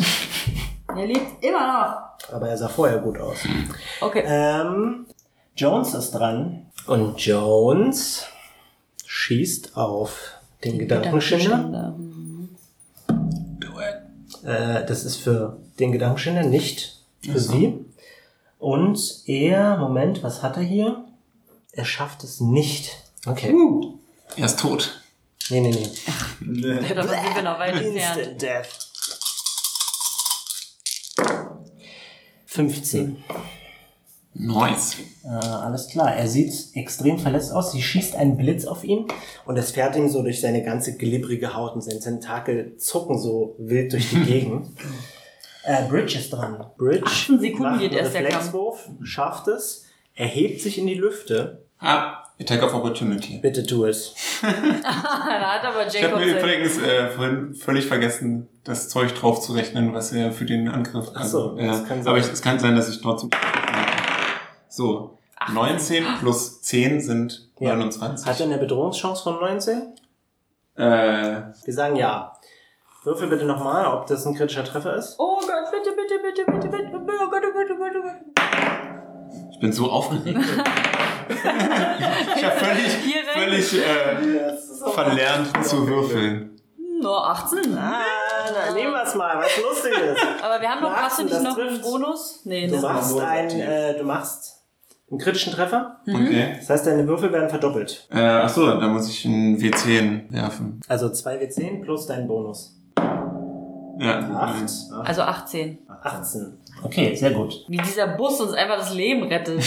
Speaker 3: Er lebt immer noch.
Speaker 4: Aber er sah vorher gut aus.
Speaker 3: Okay.
Speaker 4: Ähm, Jones ist dran. Und Jones schießt auf den, Gedankenschänder. Äh, das ist für den Gedankenschänder, nicht für sie. Und er, Moment, was hat er hier? Er schafft es nicht. Okay.
Speaker 5: Er ist tot.
Speaker 4: Nee, nee, nee.
Speaker 3: Ja, davon sind wir noch weit entfernt.
Speaker 4: Instant Death. 15.
Speaker 5: Nice.
Speaker 4: Äh, alles klar. Er sieht extrem verletzt aus. Sie schießt einen Blitz auf ihn und es fährt ihm so durch seine ganze glibbrige Haut und seine Tentakel zucken so wild durch die Gegend. äh, Bridge ist dran. Bridge.
Speaker 3: 18 Sekunden
Speaker 4: macht
Speaker 3: geht
Speaker 4: einen
Speaker 3: erst der
Speaker 4: Reflexwurf, schafft es, erhebt sich in die Lüfte.
Speaker 5: Ah, Attack of Opportunity.
Speaker 4: Bitte tu es.
Speaker 3: Da hat aber
Speaker 5: Ich habe
Speaker 3: Jacob
Speaker 5: mir
Speaker 3: sein-
Speaker 5: übrigens äh, vorhin völlig vergessen, das Zeug draufzurechnen, was er für den Angriff
Speaker 4: Ach so,
Speaker 5: also,
Speaker 4: das
Speaker 5: äh,
Speaker 4: kann sein.
Speaker 5: Aber ich, es kann sein, dass ich trotzdem. So, 19 plus 10 sind
Speaker 4: Ja.
Speaker 5: 29.
Speaker 4: Hat er eine Bedrohungschance von 19?
Speaker 5: äh,
Speaker 4: Wir sagen ja. Würfel bitte nochmal, ob das ein kritischer Treffer ist.
Speaker 3: Oh Gott, bitte, bitte, bitte, bitte, bitte, bitte, oh Gott, oh Gott, oh Gott, oh Gott.
Speaker 5: ich bin so aufgeregt. ich habe völlig,
Speaker 3: Hier rein.
Speaker 5: völlig äh, verlernt zu würfeln.
Speaker 3: Nur 18?
Speaker 4: Ah, dann nehmen wir es mal, was lustig ist.
Speaker 3: Aber wir haben noch, hast du
Speaker 4: 18,
Speaker 3: nicht
Speaker 4: das
Speaker 3: noch einen
Speaker 4: trifft.
Speaker 3: Bonus? Nee,
Speaker 4: Du
Speaker 3: das
Speaker 4: machst,
Speaker 1: nur
Speaker 4: einen,
Speaker 1: aktiv.
Speaker 4: äh, du machst einen kritischen Treffer.
Speaker 3: Mhm.
Speaker 5: Okay.
Speaker 4: Das heißt, deine Würfel werden verdoppelt.
Speaker 5: Äh, achso, da muss ich einen W10 werfen.
Speaker 4: Also 2W10 plus dein Bonus.
Speaker 5: Ja.
Speaker 4: 8.
Speaker 3: Also 18.
Speaker 4: 18. Okay, sehr gut.
Speaker 3: Wie dieser Bus uns einfach das Leben rettet.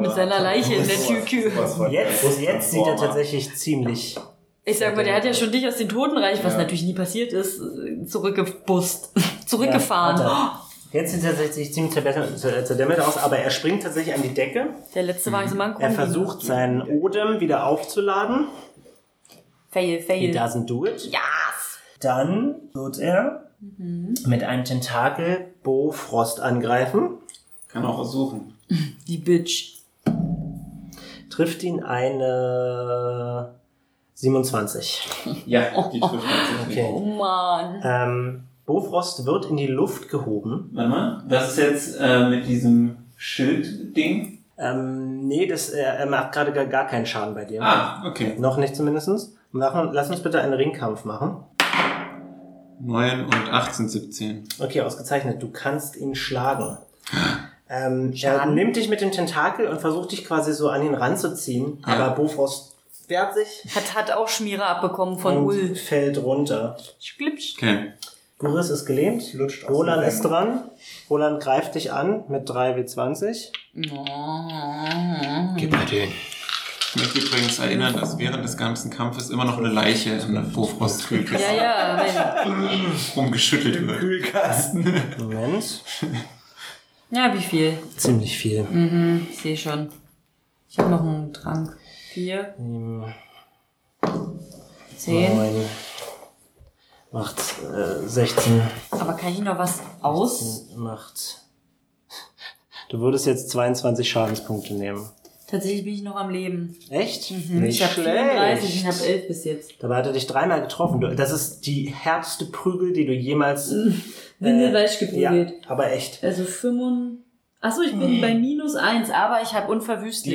Speaker 3: Mit seiner Leiche in der Türkühe.
Speaker 4: Jetzt, jetzt sieht er tatsächlich ziemlich.
Speaker 3: Ich sag mal, der hat ja schon dich aus dem Totenreich, was natürlich nie passiert ist, äh, zurückgebust. Zurückgefahren.
Speaker 4: Ja, hat er. Jetzt sieht er tatsächlich ziemlich zerdem- zer- zerdämmert aus, aber er springt tatsächlich an die Decke.
Speaker 3: der letzte war so Manko.
Speaker 4: Mhm. Er versucht seinen Odem wieder aufzuladen.
Speaker 3: Fail,
Speaker 4: He
Speaker 3: fail.
Speaker 4: doesn't do it.
Speaker 3: Yes!
Speaker 4: Dann wird er mit einem Tentakel Bo Frost angreifen.
Speaker 5: Kann auch versuchen.
Speaker 3: Die Bitch.
Speaker 4: Trifft ihn eine 27.
Speaker 5: Ja, die trifft tatsächlich.
Speaker 4: Okay.
Speaker 3: Oh Mann.
Speaker 4: Ähm, Bofrost wird in die Luft gehoben.
Speaker 5: Warte mal, was ist jetzt äh, mit diesem Schild-Ding?
Speaker 4: Ähm, nee, das, äh, er macht gerade gar, gar keinen Schaden bei dir.
Speaker 5: Ah, okay.
Speaker 4: Noch nicht zumindest. Machen, lass uns bitte einen Ringkampf machen.
Speaker 5: 9 und 8 sind 17.
Speaker 4: Okay, ausgezeichnet. Du kannst ihn schlagen. Ähm, er
Speaker 3: Schaden.
Speaker 4: nimmt dich mit dem Tentakel und versucht dich quasi so an ihn ranzuziehen.
Speaker 5: Ja.
Speaker 4: Aber Bofrost wehrt sich
Speaker 3: Hat, hat auch Schmiere abbekommen von
Speaker 4: und
Speaker 3: Ulf.
Speaker 4: fällt runter.
Speaker 3: Schlipsch.
Speaker 5: Okay.
Speaker 4: Guris ist gelähmt.
Speaker 1: Lutscht aus
Speaker 4: Roland
Speaker 1: dem
Speaker 4: ist dran. Roland greift dich an mit 3W20.
Speaker 6: Gib mir den.
Speaker 5: Ich möchte übrigens erinnern, dass während des ganzen Kampfes immer noch eine Leiche in der Bofrostkühlkiste
Speaker 3: Ja, ja, Mensch.
Speaker 5: rumgeschüttelt wird.
Speaker 1: Kühlkasten.
Speaker 4: Moment.
Speaker 3: Ja, wie viel?
Speaker 4: Ziemlich viel.
Speaker 3: Mhm, ich sehe schon. Ich habe noch einen Trank. Vier, zehn.
Speaker 4: Neun. Macht äh, 16.
Speaker 3: Aber kann ich noch was aus?
Speaker 4: Macht. Du würdest jetzt 22 Schadenspunkte nehmen.
Speaker 3: Tatsächlich bin ich noch am Leben.
Speaker 4: Echt?
Speaker 3: Mhm. ich habe 34, ich habe 11 bis jetzt.
Speaker 4: Dabei hat er dich dreimal getroffen. Du- Das ist die härteste Prügel, die du jemals.
Speaker 3: Bin äh, Fleisch geprügelt.
Speaker 4: Ja, aber echt.
Speaker 3: Also 5. Achso, ich bin bei minus 1, aber ich habe unverwüstlich.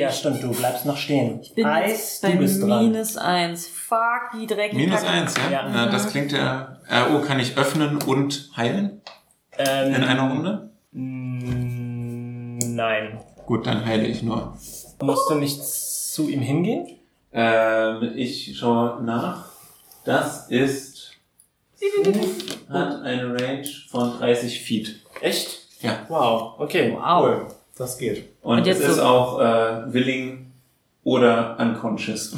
Speaker 4: Hm. Ja, stimmt, du bleibst noch stehen.
Speaker 3: bin
Speaker 4: Eis,
Speaker 3: jetzt bei
Speaker 4: du bist dran.
Speaker 3: minus 1. Fuck, die dreckige
Speaker 5: Minus
Speaker 3: Kacke.
Speaker 5: 1, ja?
Speaker 6: Ja.
Speaker 5: Na, das klingt ja. Äh, oh, kann ich öffnen und heilen
Speaker 6: Ähm,
Speaker 5: in einer Runde?
Speaker 6: mm, Nein.
Speaker 5: Gut, dann heile ich nur.
Speaker 6: Musst du nicht zu ihm hingehen?
Speaker 5: Ähm, ich schaue nach. Das ist. Hat eine Range von 30 Feet.
Speaker 4: Echt?
Speaker 5: Ja.
Speaker 4: Wow, okay.
Speaker 3: Wow.
Speaker 1: Das geht.
Speaker 5: Und,
Speaker 3: Und
Speaker 5: es
Speaker 3: jetzt
Speaker 5: ist
Speaker 3: so-
Speaker 5: auch äh, willing oder unconscious.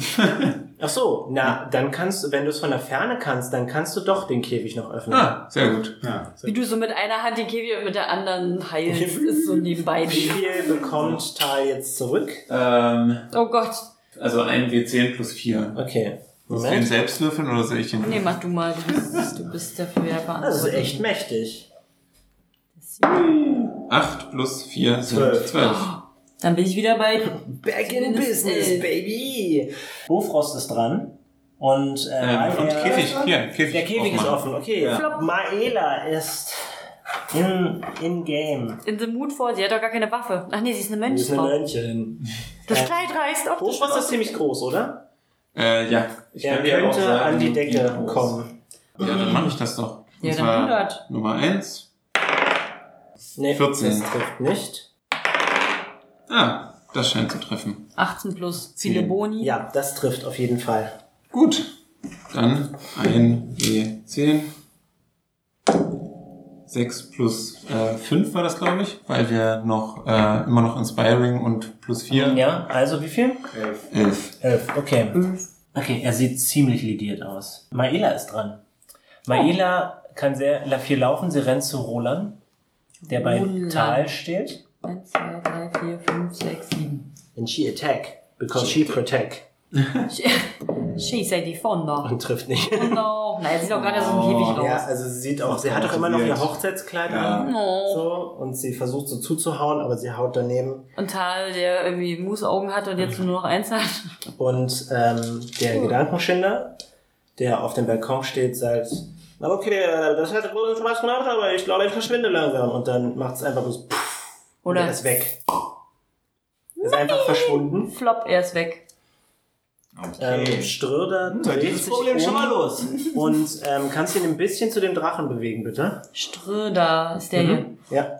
Speaker 4: Ach so, na, dann kannst du, wenn du es von der Ferne kannst, dann kannst du doch den Käfig noch öffnen.
Speaker 5: ah, sehr gut.
Speaker 1: Ja.
Speaker 3: Wie du so mit einer Hand den Käfig und mit der anderen heilst, ist so nebenbei.
Speaker 4: Wie viel
Speaker 6: Hm.
Speaker 4: bekommt Tal jetzt zurück?
Speaker 5: Ähm,
Speaker 3: Oh Gott.
Speaker 5: also ein W10 plus 4.
Speaker 4: Okay.
Speaker 5: Soll ich den
Speaker 4: Moment.
Speaker 5: selbst würfeln oder soll ich den?
Speaker 3: Nee, mach du mal. Du bist, du bist dafür ja
Speaker 4: Das ist
Speaker 3: verantwortlich.
Speaker 4: echt mächtig.
Speaker 5: 8 plus 4 sind
Speaker 1: Zwölf.
Speaker 5: 12.
Speaker 3: Dann bin ich wieder bei.
Speaker 4: Back
Speaker 3: in business,
Speaker 4: baby! Bofrost ist dran. Und, äh,
Speaker 5: Ähm, und
Speaker 4: Maela-
Speaker 5: Käfig, hier, Käfig.
Speaker 4: Der Käfig ist
Speaker 5: aufmachen.
Speaker 4: offen, okay.
Speaker 5: Ja.
Speaker 4: Flop. Maela ist In, in Game.
Speaker 3: In the mood for, sie hat doch gar keine Waffe. Ach nee, sie ist eine
Speaker 4: Das ist eine
Speaker 3: Menschenfrau.
Speaker 4: Mönchen.
Speaker 3: Das Kleid reißt auf. das
Speaker 4: Hochwasser ist
Speaker 3: Schloss.
Speaker 4: ziemlich groß, oder?
Speaker 5: Äh, ja. Ich
Speaker 4: er
Speaker 5: kann dir auch
Speaker 4: könnte
Speaker 5: sagen,
Speaker 4: an die Decke
Speaker 5: wie groß.
Speaker 4: kommen.
Speaker 5: Ja, dann mache ich das doch.
Speaker 3: Ja,
Speaker 5: Und
Speaker 3: dann
Speaker 5: zwar
Speaker 3: 100.
Speaker 5: Nummer 1.
Speaker 4: Nee,
Speaker 5: 14.
Speaker 4: das trifft nicht.
Speaker 5: Ah, das scheint zu treffen.
Speaker 3: 18 plus. Viele
Speaker 5: Zehn.
Speaker 3: Boni.
Speaker 4: Ja, das trifft auf jeden Fall.
Speaker 5: Gut. Dann ein W10. 6 plus äh, 5 war das, glaube ich, weil wir noch äh, immer noch Inspiring und plus 4.
Speaker 6: Ja, also wie viel?
Speaker 5: 11.
Speaker 6: Elf, okay. Okay, er sieht ziemlich lidiert aus. Maela ist dran. Maela kann sehr la- viel laufen, sie rennt zu Roland, der bei
Speaker 3: Roland.
Speaker 6: Tal steht.
Speaker 3: 1, 2, 3, 4, 5, 6, 7.
Speaker 4: And she attack. Because she protect.
Speaker 3: She said die Fonda.
Speaker 4: Und trifft nicht.
Speaker 3: Oh no. Nein, sie sieht doch gerade so
Speaker 1: Oh,
Speaker 3: ein Käfig aus.
Speaker 4: Ja, also sie sieht auch,
Speaker 5: Macht
Speaker 4: sie hat
Speaker 5: auch
Speaker 4: doch immer noch ihr
Speaker 5: weird.
Speaker 4: Hochzeitskleid
Speaker 5: Ja.
Speaker 4: an.
Speaker 3: No.
Speaker 4: So, und sie versucht so zuzuhauen, aber sie haut daneben.
Speaker 3: Und Tal, der irgendwie Moosaugen hat und jetzt nur noch eins hat.
Speaker 4: Und ähm, der Gedankenschinder, der auf dem Balkon steht, sagt, na okay, äh, das hat großen Spaß gemacht, aber ich glaube, ich verschwinde langsam. Und dann macht es einfach bloß, pff, und
Speaker 3: Oder
Speaker 4: er ist weg. Er Ist einfach verschwunden.
Speaker 3: Flop, er ist weg.
Speaker 4: Ähm, Ströder dreht sich um
Speaker 1: los.
Speaker 4: und ähm, kannst ihn ein bisschen zu dem Drachen bewegen, bitte?
Speaker 3: Ströder ist der
Speaker 1: Mhm.
Speaker 3: hier.
Speaker 4: Ja.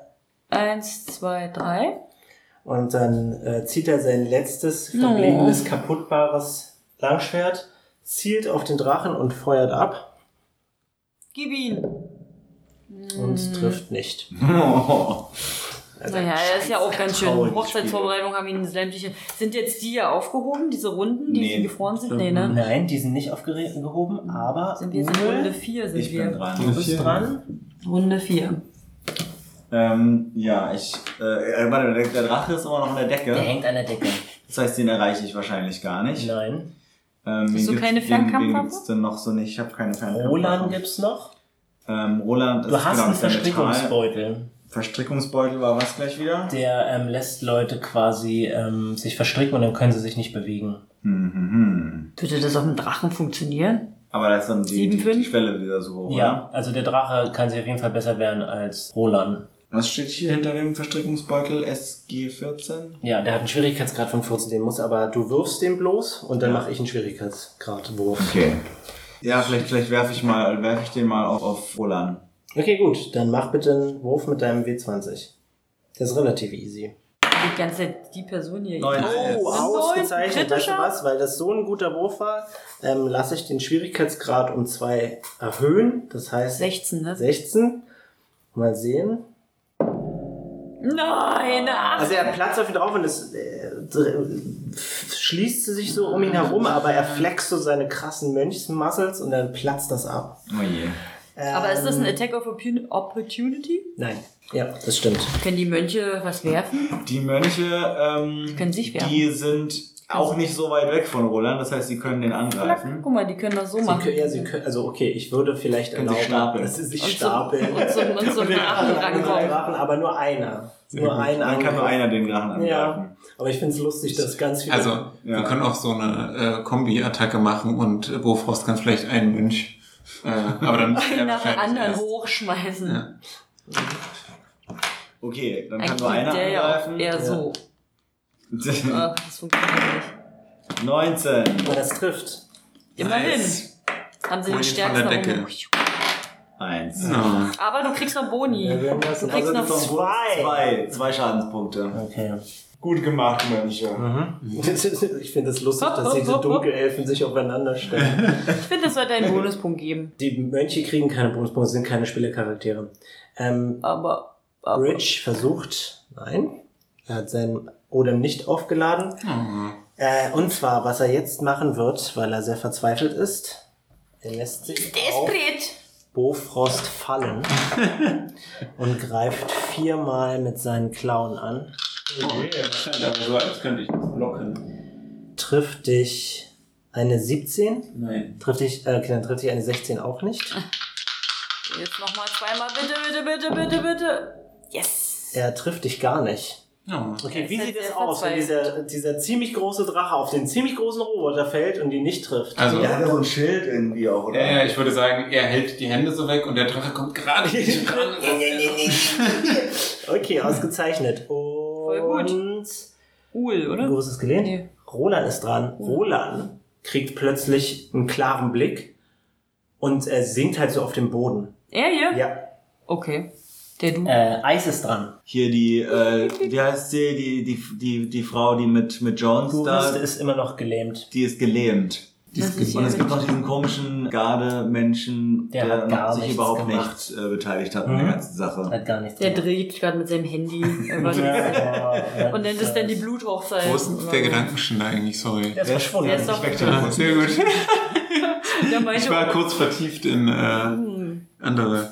Speaker 3: Eins, zwei, drei.
Speaker 4: Und dann äh, zieht er sein letztes verbliebenes, kaputtbares Langschwert, zielt auf den Drachen und feuert ab
Speaker 3: Gib ihn. Hm.
Speaker 4: und trifft nicht.
Speaker 3: Naja, er ist ja auch ganz schön.
Speaker 4: Traurig,
Speaker 3: Hochzeitsvorbereitung haben ihn sämtliche. Sind jetzt die hier aufgehoben, diese Runden, die
Speaker 1: Nee.
Speaker 3: sie gefroren sind? Nee, ne?
Speaker 6: Nein, die sind nicht aufgehoben, aber
Speaker 3: Sind wir jetzt in Runde vier sind
Speaker 1: Ich
Speaker 3: wir.
Speaker 1: bin dran.
Speaker 6: du bist dran.
Speaker 3: Runde vier.
Speaker 1: Ähm, ja, ich. Äh, warte, der, der Drache ist immer noch an der
Speaker 6: Der
Speaker 1: Decke.
Speaker 6: hängt Genau. an der Decke.
Speaker 1: Das heißt, den erreiche ich wahrscheinlich gar nicht.
Speaker 6: Nein.
Speaker 1: Ähm, wen
Speaker 3: Hast du
Speaker 1: gibt's-
Speaker 3: keine
Speaker 1: wen- Wen
Speaker 3: Fernkampfwaffe?
Speaker 1: gibt's denn noch so nicht? Ich habe keine Fernkampfwaffe.
Speaker 6: Roland gibt's noch.
Speaker 1: Ähm, Roland ist
Speaker 6: Du hast
Speaker 1: genau,
Speaker 6: einen
Speaker 1: ist der Metall.
Speaker 6: Verstrickungsbeutel.
Speaker 1: Verstrickungsbeutel war was gleich wieder?
Speaker 6: Der ähm, lässt Leute quasi ähm, sich verstricken und dann können sie sich nicht bewegen.
Speaker 1: Hm, hm, hm.
Speaker 3: Würde das auf dem Drachen funktionieren?
Speaker 1: Aber da ist dann die, die,
Speaker 3: Sieben,
Speaker 1: die
Speaker 3: fünf?
Speaker 1: Schwelle wieder so hoch.
Speaker 6: Ja, also der Drache kann sich auf jeden Fall besser wehren als Roland.
Speaker 1: Oder? Was steht hier hinter dem Verstrickungsbeutel? SG14?
Speaker 6: Ja, der hat einen Schwierigkeitsgrad.
Speaker 4: Grad von 14, den muss aber du wirfst den bloß und dann mache ich einen Schwierigkeitsgradwurf.
Speaker 1: Okay. Ja, vielleicht, vielleicht werfe ich mal, werfe ich den mal auf, auf Roland.
Speaker 4: Okay, gut, dann mach bitte einen Wurf mit deinem W20. Der ist relativ easy.
Speaker 3: Die ganze Zeit die Person hier.
Speaker 1: Neun.
Speaker 4: Oh,
Speaker 1: Yes.
Speaker 4: ausgezeichnet. Weißt du
Speaker 3: Kritischer?
Speaker 4: was? Weil das so ein guter Wurf war, ähm, lasse ich den Schwierigkeitsgrad um zwei erhöhen. Das heißt
Speaker 3: 16, ne?
Speaker 4: 16. Mal sehen.
Speaker 3: Nein, ach.
Speaker 4: Also er platzt auf ihn drauf und es äh, dr- schließt sich so um ihn herum, aber er flext so seine krassen Mönchsmuscles und dann platzt das ab. Ähm,
Speaker 1: Oh je.
Speaker 3: Aber ist das ein Attack of Opportun- Opportunity?
Speaker 4: Nein. Ja, das stimmt.
Speaker 3: Können die Mönche was werfen?
Speaker 1: Die Mönche, ähm, die,
Speaker 3: können sich wehren.
Speaker 1: sind auch nicht so weit weg von Roland, das heißt, sie können den angreifen.
Speaker 3: Guck mal, die können das so
Speaker 4: Sie
Speaker 3: machen.
Speaker 4: können, ja, sie können, also okay, ich würde vielleicht
Speaker 1: Können
Speaker 4: erlauben,
Speaker 1: sich stapeln.
Speaker 4: dass sie sich
Speaker 3: Und so-
Speaker 4: stapeln.
Speaker 3: und so- und so
Speaker 4: den
Speaker 3: nah
Speaker 4: anderen
Speaker 3: rankommen.
Speaker 4: angreifen, aber nur einer. Nur ein
Speaker 1: Dann kann nur
Speaker 4: Angriff.
Speaker 1: einer den Drachen angreifen.
Speaker 4: Ja, aber ich finde es lustig, dass ganz viele...
Speaker 5: Also,
Speaker 1: Ja.
Speaker 5: wir können auch so eine äh, Kombi-Attacke machen und äh, Bofrost kann vielleicht einen Mönch. Äh, aber dann muss
Speaker 3: nach
Speaker 5: er
Speaker 3: dem
Speaker 5: wahrscheinlich
Speaker 3: anderen
Speaker 5: erst-
Speaker 3: hochschmeißen.
Speaker 5: Ja.
Speaker 1: Okay, dann kann
Speaker 3: Eigentlich
Speaker 1: nur einer
Speaker 3: der ja auch
Speaker 1: angreifen.
Speaker 3: eher so. Ach, das funktioniert nicht.
Speaker 1: 19.
Speaker 4: aber das trifft.
Speaker 3: Immerhin haben sie den
Speaker 5: Hol ihn von der
Speaker 3: stärksten
Speaker 5: Decke.
Speaker 3: erhoben.
Speaker 1: Eins.
Speaker 5: Ja.
Speaker 3: Aber du kriegst noch Boni.
Speaker 4: Ja, wir haben das-
Speaker 3: du kriegst noch
Speaker 1: Also
Speaker 4: zwei.
Speaker 1: Zwei, zwei Schadenspunkte.
Speaker 6: Okay.
Speaker 1: Gut gemacht, Mönche.
Speaker 4: Ich finde es lustig, dass diese Dunkelelfen sich aufeinander stellen.
Speaker 3: Ich finde, das sollte einen Bonuspunkt geben.
Speaker 4: Die Mönche kriegen keine Bonuspunkte, sind keine Spielercharaktere. Ähm,
Speaker 3: Aber, aber
Speaker 4: Rich versucht, nein, er hat seinen Odem nicht aufgeladen. Äh, und zwar, was er jetzt machen wird, weil er sehr verzweifelt ist, er lässt sich auf
Speaker 3: Desperate.
Speaker 4: Bofrost fallen und greift viermal mit seinen Klauen an,
Speaker 5: Aber so, als könnte ich das blocken.
Speaker 4: trifft dich eine 17,
Speaker 5: Nein.
Speaker 4: trifft dich, äh, okay, dann trifft dich eine 16 auch nicht.
Speaker 3: Jetzt nochmal zweimal. Bitte, bitte, bitte, bitte, bitte. Yes.
Speaker 4: Er trifft dich gar nicht.
Speaker 5: Ja.
Speaker 4: Okay,
Speaker 3: Ja,
Speaker 4: wie
Speaker 3: ist
Speaker 4: sieht
Speaker 3: halt
Speaker 4: es
Speaker 3: sehr
Speaker 4: aus, wenn dieser, dieser ziemlich große Drache auf den ziemlich großen Roboter fällt und ihn nicht trifft?
Speaker 5: Also,
Speaker 1: Der
Speaker 5: ja,
Speaker 1: hat ja so ein Schild irgendwie auch, oder?
Speaker 5: ja, ich würde sagen, er hält die Hände so weg und der Drache kommt gerade nicht ran.
Speaker 4: Okay, ausgezeichnet. Und
Speaker 3: gut. Cool, oder?
Speaker 4: Wo ist es gelehnt?
Speaker 3: Nee.
Speaker 4: Roland ist dran. Roland kriegt plötzlich einen klaren Blick und er sinkt halt so auf dem Boden.
Speaker 3: Er hier?
Speaker 4: Ja.
Speaker 3: Okay. Der du.
Speaker 6: Äh, Eis ist dran.
Speaker 1: Hier die, äh, wie heißt sie, die, die, die, die Frau, die mit, mit Jones
Speaker 6: Gurist
Speaker 1: da,
Speaker 6: ist immer noch gelähmt.
Speaker 1: die ist gelähmt.
Speaker 3: das ist
Speaker 1: Und es
Speaker 3: hier
Speaker 1: gibt noch diesen komischen Gardemenschen,
Speaker 6: Der
Speaker 1: der,
Speaker 6: hat gar
Speaker 1: noch sich
Speaker 6: nichts
Speaker 1: überhaupt
Speaker 6: gemacht.
Speaker 1: nicht äh, beteiligt hat an
Speaker 6: Mhm.
Speaker 1: der ganzen Sache.
Speaker 6: Hat gar nichts
Speaker 3: der
Speaker 6: gemacht.
Speaker 3: dreht gerade mit seinem Handy. irgendwas.
Speaker 6: Ja,
Speaker 3: Und nennt es dann die Bluthochzeit.
Speaker 5: Wo ist denn der Gedankenstand eigentlich? Sorry.
Speaker 6: Der ist verschwunden.
Speaker 3: Der ist doch-
Speaker 5: Ah, sehr gut.
Speaker 3: Der meinte, hm,
Speaker 5: Ich war kurz vertieft in äh, andere.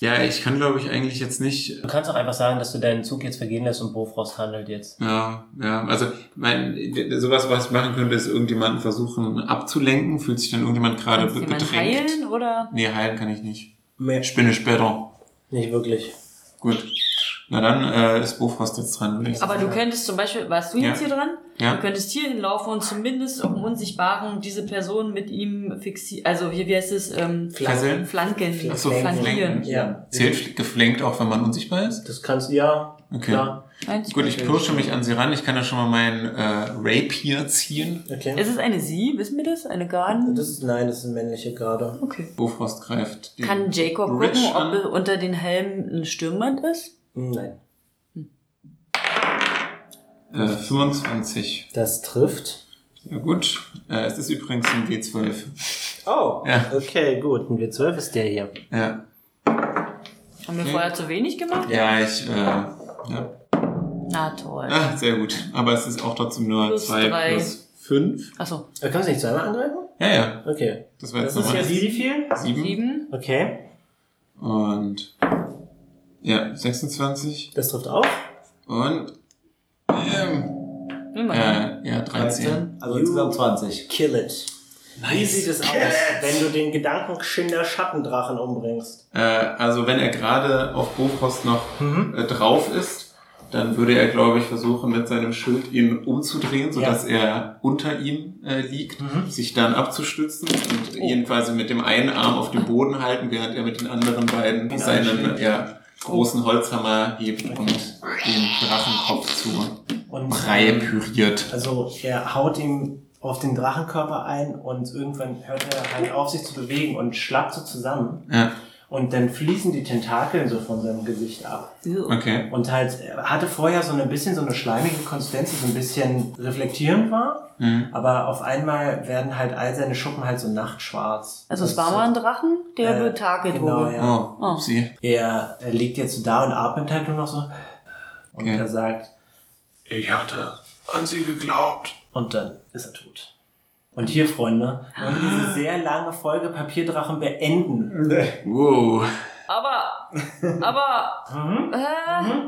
Speaker 5: Ja, ich kann glaube ich eigentlich jetzt nicht. äh,
Speaker 6: Du kannst auch einfach sagen, dass du deinen Zug jetzt vergehen lässt und Bofrost handelt jetzt.
Speaker 5: Ja, ja. Also mein, sowas, was ich machen könnte, ist irgendjemanden versuchen abzulenken. Fühlt sich dann irgendjemand gerade
Speaker 3: kannst du
Speaker 5: be-
Speaker 3: jemanden
Speaker 5: bedrängt?
Speaker 3: heilen oder?
Speaker 5: Nee, heilen kann ich nicht.
Speaker 4: Mehr.
Speaker 5: Spinne später.
Speaker 4: Nicht wirklich.
Speaker 5: Gut. Na dann äh, ist Bofrost jetzt dran, würde ich sagen.
Speaker 3: Aber du könntest zum Beispiel, warst du
Speaker 5: Ja.
Speaker 3: jetzt hier dran?
Speaker 5: Ja.
Speaker 3: Du könntest hier hinlaufen und zumindest auf dem Unsichtbaren diese Person mit ihm fixieren. Also wie, wie heißt es? Ähm,
Speaker 5: Fesseln?
Speaker 3: Flanken.
Speaker 5: Ach so,
Speaker 3: flankieren.
Speaker 5: flanken.
Speaker 4: Ja.
Speaker 5: Zählt geflankt auch, wenn man unsichtbar ist?
Speaker 4: Das kannst ja.
Speaker 5: Okay.
Speaker 4: Klar.
Speaker 3: Eins.
Speaker 5: Gut, ich pirsche mich an sie ran. Ich kann ja schon mal meinen äh, Rapier ziehen.
Speaker 4: Okay.
Speaker 3: Ist es eine Sie? Wissen wir das? Eine Garden?
Speaker 4: Das ist, nein, das ist ein männlicher gerade.
Speaker 3: Okay.
Speaker 5: Bofrost greift. den
Speaker 3: Kann Jacob
Speaker 5: Bridge
Speaker 3: gucken, ob
Speaker 5: an.
Speaker 3: er unter den Helmen ein Stürmband ist?
Speaker 4: Hm, Nein.
Speaker 5: Äh, 25.
Speaker 4: Das trifft.
Speaker 5: Ja gut. Äh, es ist übrigens ein D12.
Speaker 4: Oh.
Speaker 5: Ja.
Speaker 4: Okay, gut. Und wir zwölf ist der hier.
Speaker 5: Ja,
Speaker 3: Haben wir
Speaker 5: Nee.
Speaker 3: vorher zu wenig gemacht?
Speaker 5: ja ich... Äh, ja.
Speaker 3: Na toll.
Speaker 5: Ah, sehr gut. Aber es ist auch trotzdem nur
Speaker 3: Plus
Speaker 5: 2
Speaker 3: drei.
Speaker 5: plus 5.
Speaker 3: Achso,
Speaker 4: Äh, Kannst du nicht zweimal angreifen?
Speaker 5: Ja, ja.
Speaker 4: Okay.
Speaker 5: Das war jetzt
Speaker 4: Das ist
Speaker 5: nochmal
Speaker 4: jetzt wie viel?
Speaker 5: 7.
Speaker 3: sieben.
Speaker 4: Okay.
Speaker 5: Und... Ja, 26.
Speaker 4: Das trifft auch.
Speaker 5: Und... Ähm,
Speaker 3: Immerhin.
Speaker 5: äh, ja, 13.
Speaker 1: Also insgesamt 20.
Speaker 4: Kill it. Wie sieht es aus, wenn du den Gedankenschinder Schattendrachen umbringst?
Speaker 5: Äh, also wenn er gerade auf Bofrost noch äh, drauf ist, dann würde er, glaube ich, versuchen, mit seinem Schild ihn umzudrehen, sodass er unter ihm äh, liegt, sich dann abzustützen und ihn quasi mit dem einen Arm auf den Boden halten, während er mit den anderen beiden seinen ja, großen Holzhammer hebt und den Drachenkopf zu
Speaker 4: Und ähm,
Speaker 5: Brei püriert.
Speaker 4: Also er haut ihm auf den Drachenkörper ein und irgendwann hört er halt auf, sich zu bewegen und schlappt so zusammen.
Speaker 5: Ja,
Speaker 4: Und dann fließen die Tentakeln so von seinem Gesicht ab.
Speaker 5: okay.
Speaker 4: Und halt, er hatte vorher so ein bisschen so eine schleimige Konsistenz, die so ein bisschen reflektierend war.
Speaker 5: Mhm.
Speaker 4: Aber auf einmal werden halt all seine Schuppen halt so nachtschwarz.
Speaker 3: Also
Speaker 4: Das
Speaker 3: es war
Speaker 4: ist
Speaker 3: mal ein
Speaker 4: so-
Speaker 3: Drachen, der
Speaker 4: Äh,
Speaker 3: getarget
Speaker 4: genau,
Speaker 3: wurde.
Speaker 4: ja.
Speaker 5: Oh,
Speaker 3: Oh.
Speaker 5: sie.
Speaker 4: Er, er liegt jetzt so da und atmet halt nur noch so. Und
Speaker 5: Okay.
Speaker 4: er sagt,
Speaker 5: Ich hatte an sie geglaubt.
Speaker 4: Und dann ist er tot. Und hier, Freunde, wollen wir
Speaker 5: Ah.
Speaker 4: diese sehr lange Folge Papierdrachen beenden.
Speaker 5: Wow.
Speaker 3: Aber, aber,
Speaker 4: Mhm,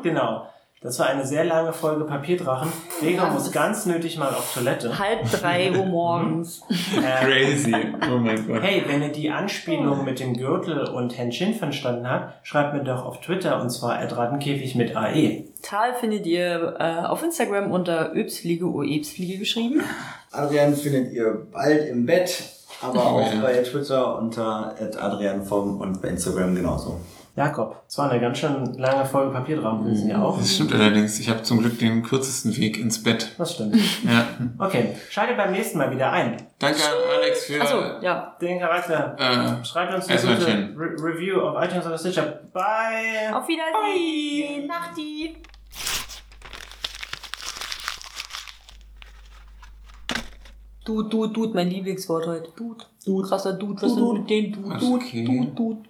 Speaker 4: genau. Das war eine sehr lange Folge Papierdrachen. Vega muss ganz nötig mal auf Toilette.
Speaker 3: halb drei Uhr morgens.
Speaker 4: Äh,
Speaker 5: Crazy. Oh mein Gott.
Speaker 4: hey, wenn ihr die Anspielung mit dem Gürtel und Henshin verstanden habt, schreibt mir doch auf Twitter und zwar Rattenkäfig mit E. AE.
Speaker 3: Tal findet ihr äh, auf Instagram unter Ypsfliege, Uebsfliege geschrieben.
Speaker 1: Adrian findet ihr bald im Bett, aber
Speaker 5: Oh,
Speaker 1: auch
Speaker 5: ja.
Speaker 1: bei Twitter unter adrianform und bei Instagram genauso.
Speaker 4: Jakob, das war eine ganz schön lange Folge Papierdrachen, wissen Sie auch?
Speaker 5: Das stimmt allerdings. Ich habe zum Glück den kürzesten Weg ins Bett.
Speaker 4: Das stimmt.
Speaker 5: Ja.
Speaker 4: Okay, schaltet beim nächsten Mal wieder ein.
Speaker 5: Danke an Alex für
Speaker 3: Achso, Also, ja.
Speaker 4: Den Charakter.
Speaker 5: äh,
Speaker 4: Schreibt uns eine
Speaker 5: Erstmal
Speaker 4: gute
Speaker 5: chillen.
Speaker 4: Re Review auf iTunes oder Stitcher. Bye!
Speaker 3: Auf Wiedersehen. Nachti. Dude, Dude, Dude, mein Lieblingswort heute. Dude, Dude. Krasser Dude, was ist denn mit dem Dude?
Speaker 5: Ach,
Speaker 3: Dude,
Speaker 5: okay.
Speaker 3: Dude, Dude.